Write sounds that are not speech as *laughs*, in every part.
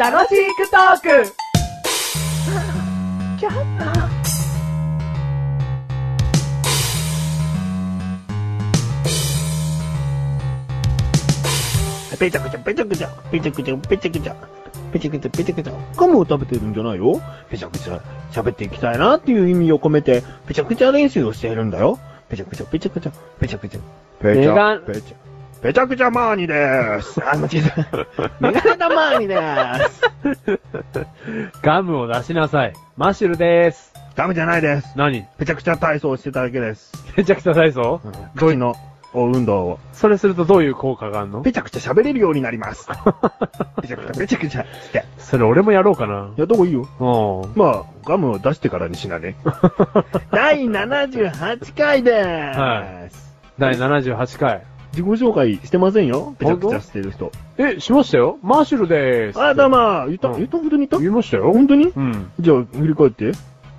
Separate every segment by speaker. Speaker 1: 楽しくトーク
Speaker 2: ペチャクチャ、ペチャクチャ、ペチャクチャ、ペチャクチャ、ペチャクチャ、ペチャクチャ、ガムを食べてるんじゃないよ。ペチャクチャ、喋っていきたいなっていう意味を込めて、ペチャクチャ練習をしているんだよ。ペチャクチャ、ペチャクチャ、ペチャクチャ、ペチ
Speaker 3: メガ
Speaker 2: ャ、ペチャ、ペチャクチャマーニでーす。あ、間違えた。メガネタマーニでーす。
Speaker 3: ガムを出しなさい。マッシュルです。
Speaker 2: ダメじゃないです。
Speaker 3: 何
Speaker 2: ペチャクチャ体操をしてただけです。
Speaker 3: めちゃくちゃ体操
Speaker 2: どういうの運動を。
Speaker 3: それするとどういう効果があるの
Speaker 2: ペチャクチャ喋れるようになります。ペチャクチャ、ペチャクチャして。
Speaker 3: *laughs* それ俺もやろうかな。
Speaker 2: やった方がいいよ。
Speaker 3: うん。
Speaker 2: まあ、ガムを出してからにしなね。第78回でーす、
Speaker 3: はい第78回。
Speaker 2: 自己紹介してませんよ。ペチャクチャしてる人。
Speaker 3: え、しましたよマッシュルでーす。
Speaker 2: あ、だま言った、
Speaker 3: うん
Speaker 2: 言った本当に言っ
Speaker 3: 言いました
Speaker 2: た
Speaker 3: よ。
Speaker 2: 本当に
Speaker 3: うん。
Speaker 2: じゃあ、振り返って。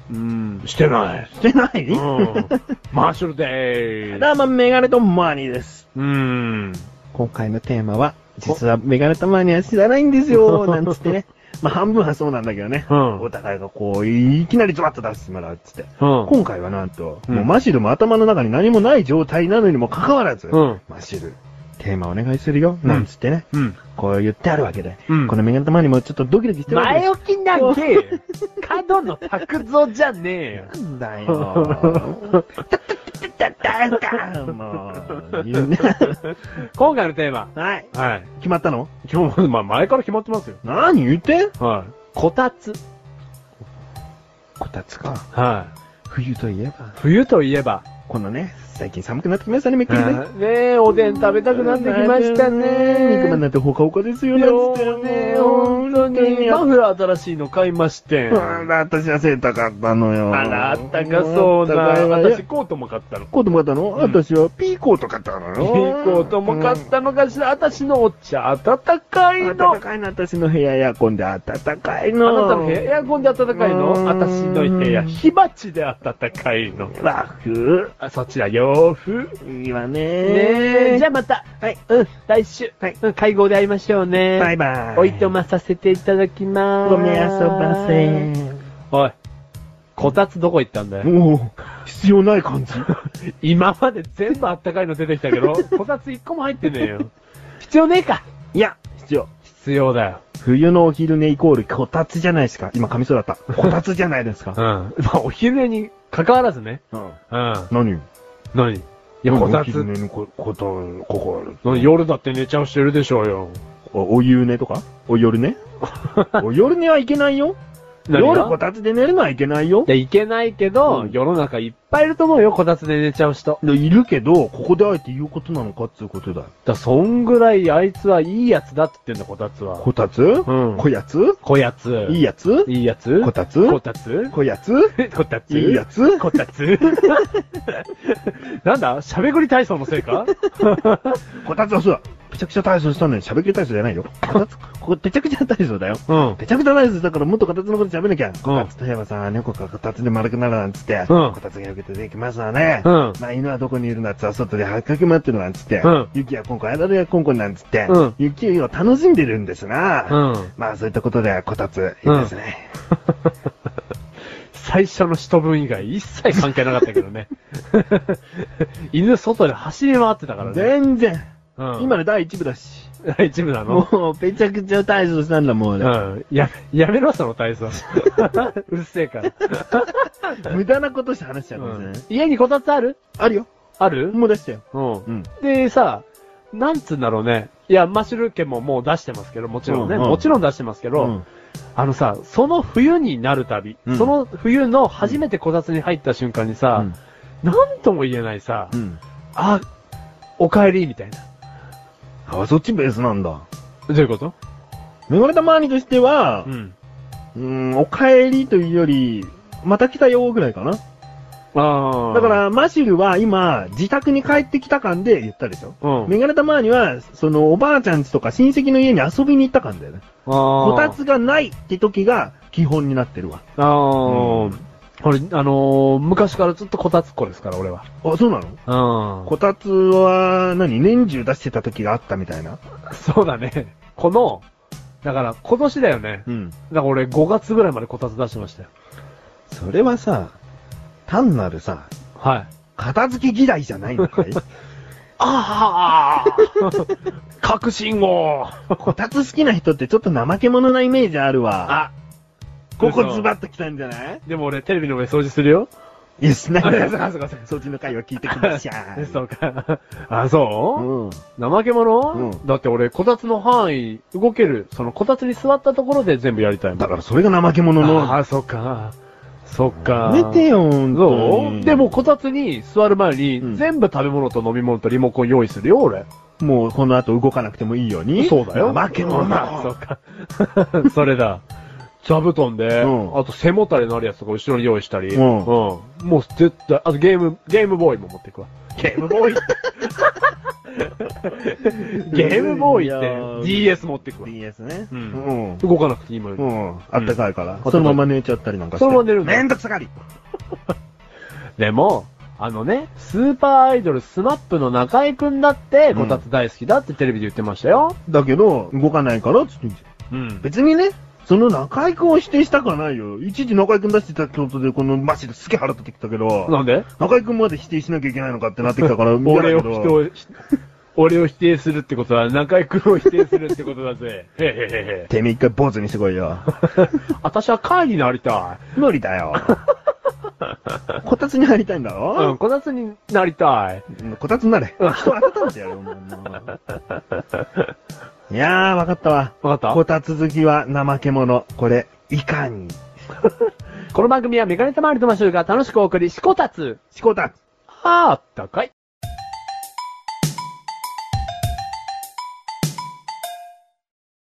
Speaker 3: うん。してない。
Speaker 2: してない、
Speaker 3: うん。 *laughs* マッシュルでーす。
Speaker 2: だまメガネとマーニーです。
Speaker 3: うん。
Speaker 2: 今回のテーマは、実はメガネとマーニーは知らないんです *laughs* よ、なんつってね。まあ、半分はそうなんだけどね。
Speaker 3: うん
Speaker 2: お互いがこう、いきなりズバッと出してもらうっつって。
Speaker 3: うん。
Speaker 2: 今回はなんと、
Speaker 3: うん
Speaker 2: もうマシルも頭の中に何もない状態なのにもかかわらず、
Speaker 3: うん
Speaker 2: マシル、テーマお願いするよ、
Speaker 3: うん
Speaker 2: なんつってね、
Speaker 3: うん。
Speaker 2: こう言ってあるわけで、
Speaker 3: うん
Speaker 2: このメガネ玉にもちょっとドキドキしてるわけです
Speaker 3: 置きなんけ、角の拓造じゃねえよ。
Speaker 2: なんだよ。だだだだもう、言うね。
Speaker 3: *laughs* 今回のテーマ。
Speaker 2: *laughs* はい。
Speaker 3: はい。
Speaker 2: 決まったの
Speaker 3: 今日、まあ前から決まってますよ。
Speaker 2: 何言って
Speaker 3: はい。こたつ。
Speaker 2: こたつか。
Speaker 3: はい。
Speaker 2: 冬といえば、
Speaker 3: 冬といえば、
Speaker 2: このね、最近寒くなってきましたね、めっきりね。
Speaker 3: ねえ、おでん食べたくなってきましたね。
Speaker 2: 肉まんなんてほかほかですよ、なん
Speaker 3: よ
Speaker 2: つって
Speaker 3: ーね、本当に。マフラー新しいの買いまして。
Speaker 2: あら、私は背高かったのよ。
Speaker 3: あら、あったかそうな。私、
Speaker 2: 私、
Speaker 3: コートも買ったの。
Speaker 2: コートも買ったの、
Speaker 3: ん
Speaker 2: 私はピーコート買ったの
Speaker 3: いい
Speaker 2: よ。
Speaker 3: コートも買ったのかしら。私のお茶、温かい
Speaker 2: うん。
Speaker 3: の。
Speaker 2: 暖
Speaker 3: あな
Speaker 2: かいの、私の部屋エアコンで暖かいの。
Speaker 3: たの部屋、エアコンで温かいの
Speaker 2: うん
Speaker 3: 私の部屋、火鉢で温かいの。
Speaker 2: 和風
Speaker 3: あそちら、洋風。
Speaker 2: いいわね
Speaker 3: ねえ。じゃあ
Speaker 2: あ、
Speaker 3: また、
Speaker 2: はい、
Speaker 3: うん、来週、
Speaker 2: はい
Speaker 3: うん、会合で会いましょうね。
Speaker 2: バイバイ。
Speaker 3: おいとまさせていただきます。
Speaker 2: ごめん遊ばせ。。
Speaker 3: おい、こたつどこ行ったんだよ。
Speaker 2: おお、必要ない感じ。
Speaker 3: 今まで全部あったかいの出てきた *laughs* けど、こたつ一個も入ってねえよ。必要ねえか。
Speaker 2: いや、必要。
Speaker 3: 必要だよ。
Speaker 2: 冬のお昼寝イコールこたつじゃないですか。今、噛みそうだ
Speaker 3: *laughs*
Speaker 2: った。こたつじゃないです
Speaker 3: うん。
Speaker 2: か。
Speaker 3: まあ、お昼寝に関わらずね。
Speaker 2: うん。
Speaker 3: うん。
Speaker 2: 何よ
Speaker 3: 何いや、こたつ。
Speaker 2: にこ、こた、ここある。
Speaker 3: 何夜だって寝ちゃうしてるでしょうよ。
Speaker 2: お、お湯寝とかお夜
Speaker 3: *laughs*
Speaker 2: 寝お夜寝はいけないよ。夜こ
Speaker 3: い
Speaker 2: たつで寝るのはいけないよ。
Speaker 3: や、いけないけど、
Speaker 2: うん
Speaker 3: 世の中いっぱいいると思うよ、こたつで寝ちゃう人。
Speaker 2: でいるけど、ここであえて言うことなのかっていうことだよ。
Speaker 3: だそんぐらいあいつはいいやつだって言ってんだ、こたつは。
Speaker 2: こたつ
Speaker 3: うん。
Speaker 2: こやつ
Speaker 3: こやつ。
Speaker 2: いいやつ
Speaker 3: いいやつ。
Speaker 2: こたつ
Speaker 3: こたつ。
Speaker 2: こやつ
Speaker 3: こたつ。
Speaker 2: いいやつ
Speaker 3: こたつ。 *laughs* なんだしゃべくり体操のせいか
Speaker 2: こたつはそうだ。ぺちゃくちゃ体操したのに喋り体操じゃないよ。こたつ、ここぺちゃくちゃ体操だよ。
Speaker 3: うん。
Speaker 2: ぺちゃくちゃ体操だからもっとこたつのこと喋んなきゃ。こたつといえばさ、猫がこたつで丸くなるなんつって、
Speaker 3: うん
Speaker 2: こたつがよけてできますわね。
Speaker 3: うん。
Speaker 2: まあ、犬はどこにいるんだっつって、外で駆け回ってるなんつって、
Speaker 3: うん
Speaker 2: 雪やコンコン、あだれやコンコンなんつって、
Speaker 3: うん
Speaker 2: 雪を楽しんでるんですな。
Speaker 3: うん。
Speaker 2: まあ、そういったことで、こたつ、いいですね。
Speaker 3: 最初の一文以外一切関係なかったけどね。 *laughs* 犬外で走り回ってたからね。
Speaker 2: 全然、
Speaker 3: うん、
Speaker 2: 今の第一部だし。
Speaker 3: 一部なの
Speaker 2: もう、ぺちゃくちゃ大操したんだ、もう
Speaker 3: う
Speaker 2: ね。
Speaker 3: ん。や、やめろ、その
Speaker 2: *laughs*
Speaker 3: 体操。うるせえから。
Speaker 2: 無駄なことして話しちゃうん
Speaker 3: う
Speaker 2: で
Speaker 3: ん
Speaker 2: すね。
Speaker 3: 家にこたつある
Speaker 2: あるよ。
Speaker 3: ある
Speaker 2: もう出したよ。
Speaker 3: うん
Speaker 2: う。ん。
Speaker 3: で、さ、なんつうんだろうね。いや、マッシュルーケももう出してますけど、もちろんね。
Speaker 2: うんうん
Speaker 3: もちろん出してますけど、
Speaker 2: うん
Speaker 3: あのさ、その冬になるたび、
Speaker 2: うん
Speaker 3: その冬の初めてこたつに入った瞬間にさ、なんとも言えないさ、
Speaker 2: うん。
Speaker 3: あ、お帰り、みたいな。
Speaker 2: あ、そっちベースなんだ。
Speaker 3: どういうこと
Speaker 2: メガネたまわりとしては
Speaker 3: う、ん。
Speaker 2: うん、お帰りというより、また来たよぐらいかな。
Speaker 3: ああ。
Speaker 2: だか、ら、マシルは今、自宅に帰ってきた感で言ったでしょ。
Speaker 3: うん。
Speaker 2: メガネたまわりは、その、おばあちゃんちとか親戚の家に遊びに行った感だよね。
Speaker 3: こ
Speaker 2: こたつがないって時が基本になってるわ。
Speaker 3: あー、
Speaker 2: うん
Speaker 3: これ、あのー昔からずっとこたつっ子ですから、俺は。
Speaker 2: あ、そうなの
Speaker 3: う
Speaker 2: こたつは何、年中出してた時があったみたいな。
Speaker 3: ん。 *laughs* そうだね。この、だから、今年だよね。
Speaker 2: うん。
Speaker 3: だから俺、5月ぐらいまでこたつ出してましたよ。
Speaker 2: それはさ、単なるさ、
Speaker 3: はい。
Speaker 2: 片付け嫌いじゃないの
Speaker 3: *laughs*
Speaker 2: かい
Speaker 3: ああ
Speaker 2: *laughs*
Speaker 3: 確信を
Speaker 2: こたつ好きな人ってちょっと怠け者なイメージあるわ。
Speaker 3: あ、
Speaker 2: ここ
Speaker 3: 嘘
Speaker 2: ズバッと来たんじゃない
Speaker 3: でも俺、テレビの上掃除す
Speaker 2: *laughs*
Speaker 3: るよ。
Speaker 2: いや、しない
Speaker 3: あ、
Speaker 2: で
Speaker 3: そうか、そうか、そうか。
Speaker 2: そっちの会話聞いてくだ
Speaker 3: *laughs*
Speaker 2: さい。
Speaker 3: そうか。あ、そう、
Speaker 2: うん。
Speaker 3: 怠け者、
Speaker 2: うん
Speaker 3: だって俺、こたつの範囲、動ける、そのこたつに座ったところで全部やりたいもん。
Speaker 2: だからそれが怠け者の。
Speaker 3: ああ、そっか。そっか。
Speaker 2: やめてよ、
Speaker 3: そ
Speaker 2: ど
Speaker 3: うでも、、こたつに座る前に、
Speaker 2: うん
Speaker 3: 全部食べ物と飲み物とリモコン用意するよ、俺。
Speaker 2: もうこの後動かなくてもいいように。
Speaker 3: そうだよ。
Speaker 2: 怠け者
Speaker 3: あ
Speaker 2: *laughs*
Speaker 3: *laughs* そっか。 *laughs* それだ。座布団で、
Speaker 2: うん
Speaker 3: あと背もたれのあるやつとか後ろに用意したり、
Speaker 2: うん
Speaker 3: もう絶対、あとゲーム、ゲームボーイも持っていくわ。
Speaker 2: ゲームボーイ
Speaker 3: ゲームボー
Speaker 2: いや
Speaker 3: イっ
Speaker 2: ー
Speaker 3: て DS 持っていくわ。
Speaker 2: DS ね。
Speaker 3: うん
Speaker 2: ん。
Speaker 3: 動かなくていいもん、
Speaker 2: うん。あったかいから。
Speaker 3: うん
Speaker 2: そのまま寝ちゃったりなんかして。
Speaker 3: そのまま寝るの
Speaker 2: めんどくさがり。
Speaker 3: でも、あのね、スーパーアイドルスマップの中井くんだって、
Speaker 2: うん
Speaker 3: こたつ大好きだってテレビで言ってましたよ。
Speaker 2: だけど、動かないから、つってんじゃん。
Speaker 3: うん。
Speaker 2: 別にね、その中井くんを否定したくはないよ。一時中井くん出してた京都でこのマジですげえ腹立ってきたけど、
Speaker 3: なんで
Speaker 2: 中井くんまで否定しなきゃいけないのかってなってきたから、見た
Speaker 3: *laughs* 俺
Speaker 2: け
Speaker 3: を
Speaker 2: ど
Speaker 3: 否定、俺を否定するってことは、中井くんを否定するってことだぜ。へへへへ。
Speaker 2: てめえ一回坊主にしてこい
Speaker 3: *laughs*
Speaker 2: よ。
Speaker 3: 私は会になりた
Speaker 2: 無理だよ。こたつに入りたいんだ
Speaker 3: い。うん、
Speaker 2: ろ、
Speaker 3: こたつになりたい。
Speaker 2: こたつになれ。人温めてやるよ、もうもう。いやー、わかったわ。
Speaker 3: わか
Speaker 2: こ
Speaker 3: った
Speaker 2: つ好きは怠け者。これ、いかに。
Speaker 3: たこの番組はメガネたまわりとマシュルが楽しくお送り、しこたつ。
Speaker 2: しこたつ。
Speaker 3: はあったかい。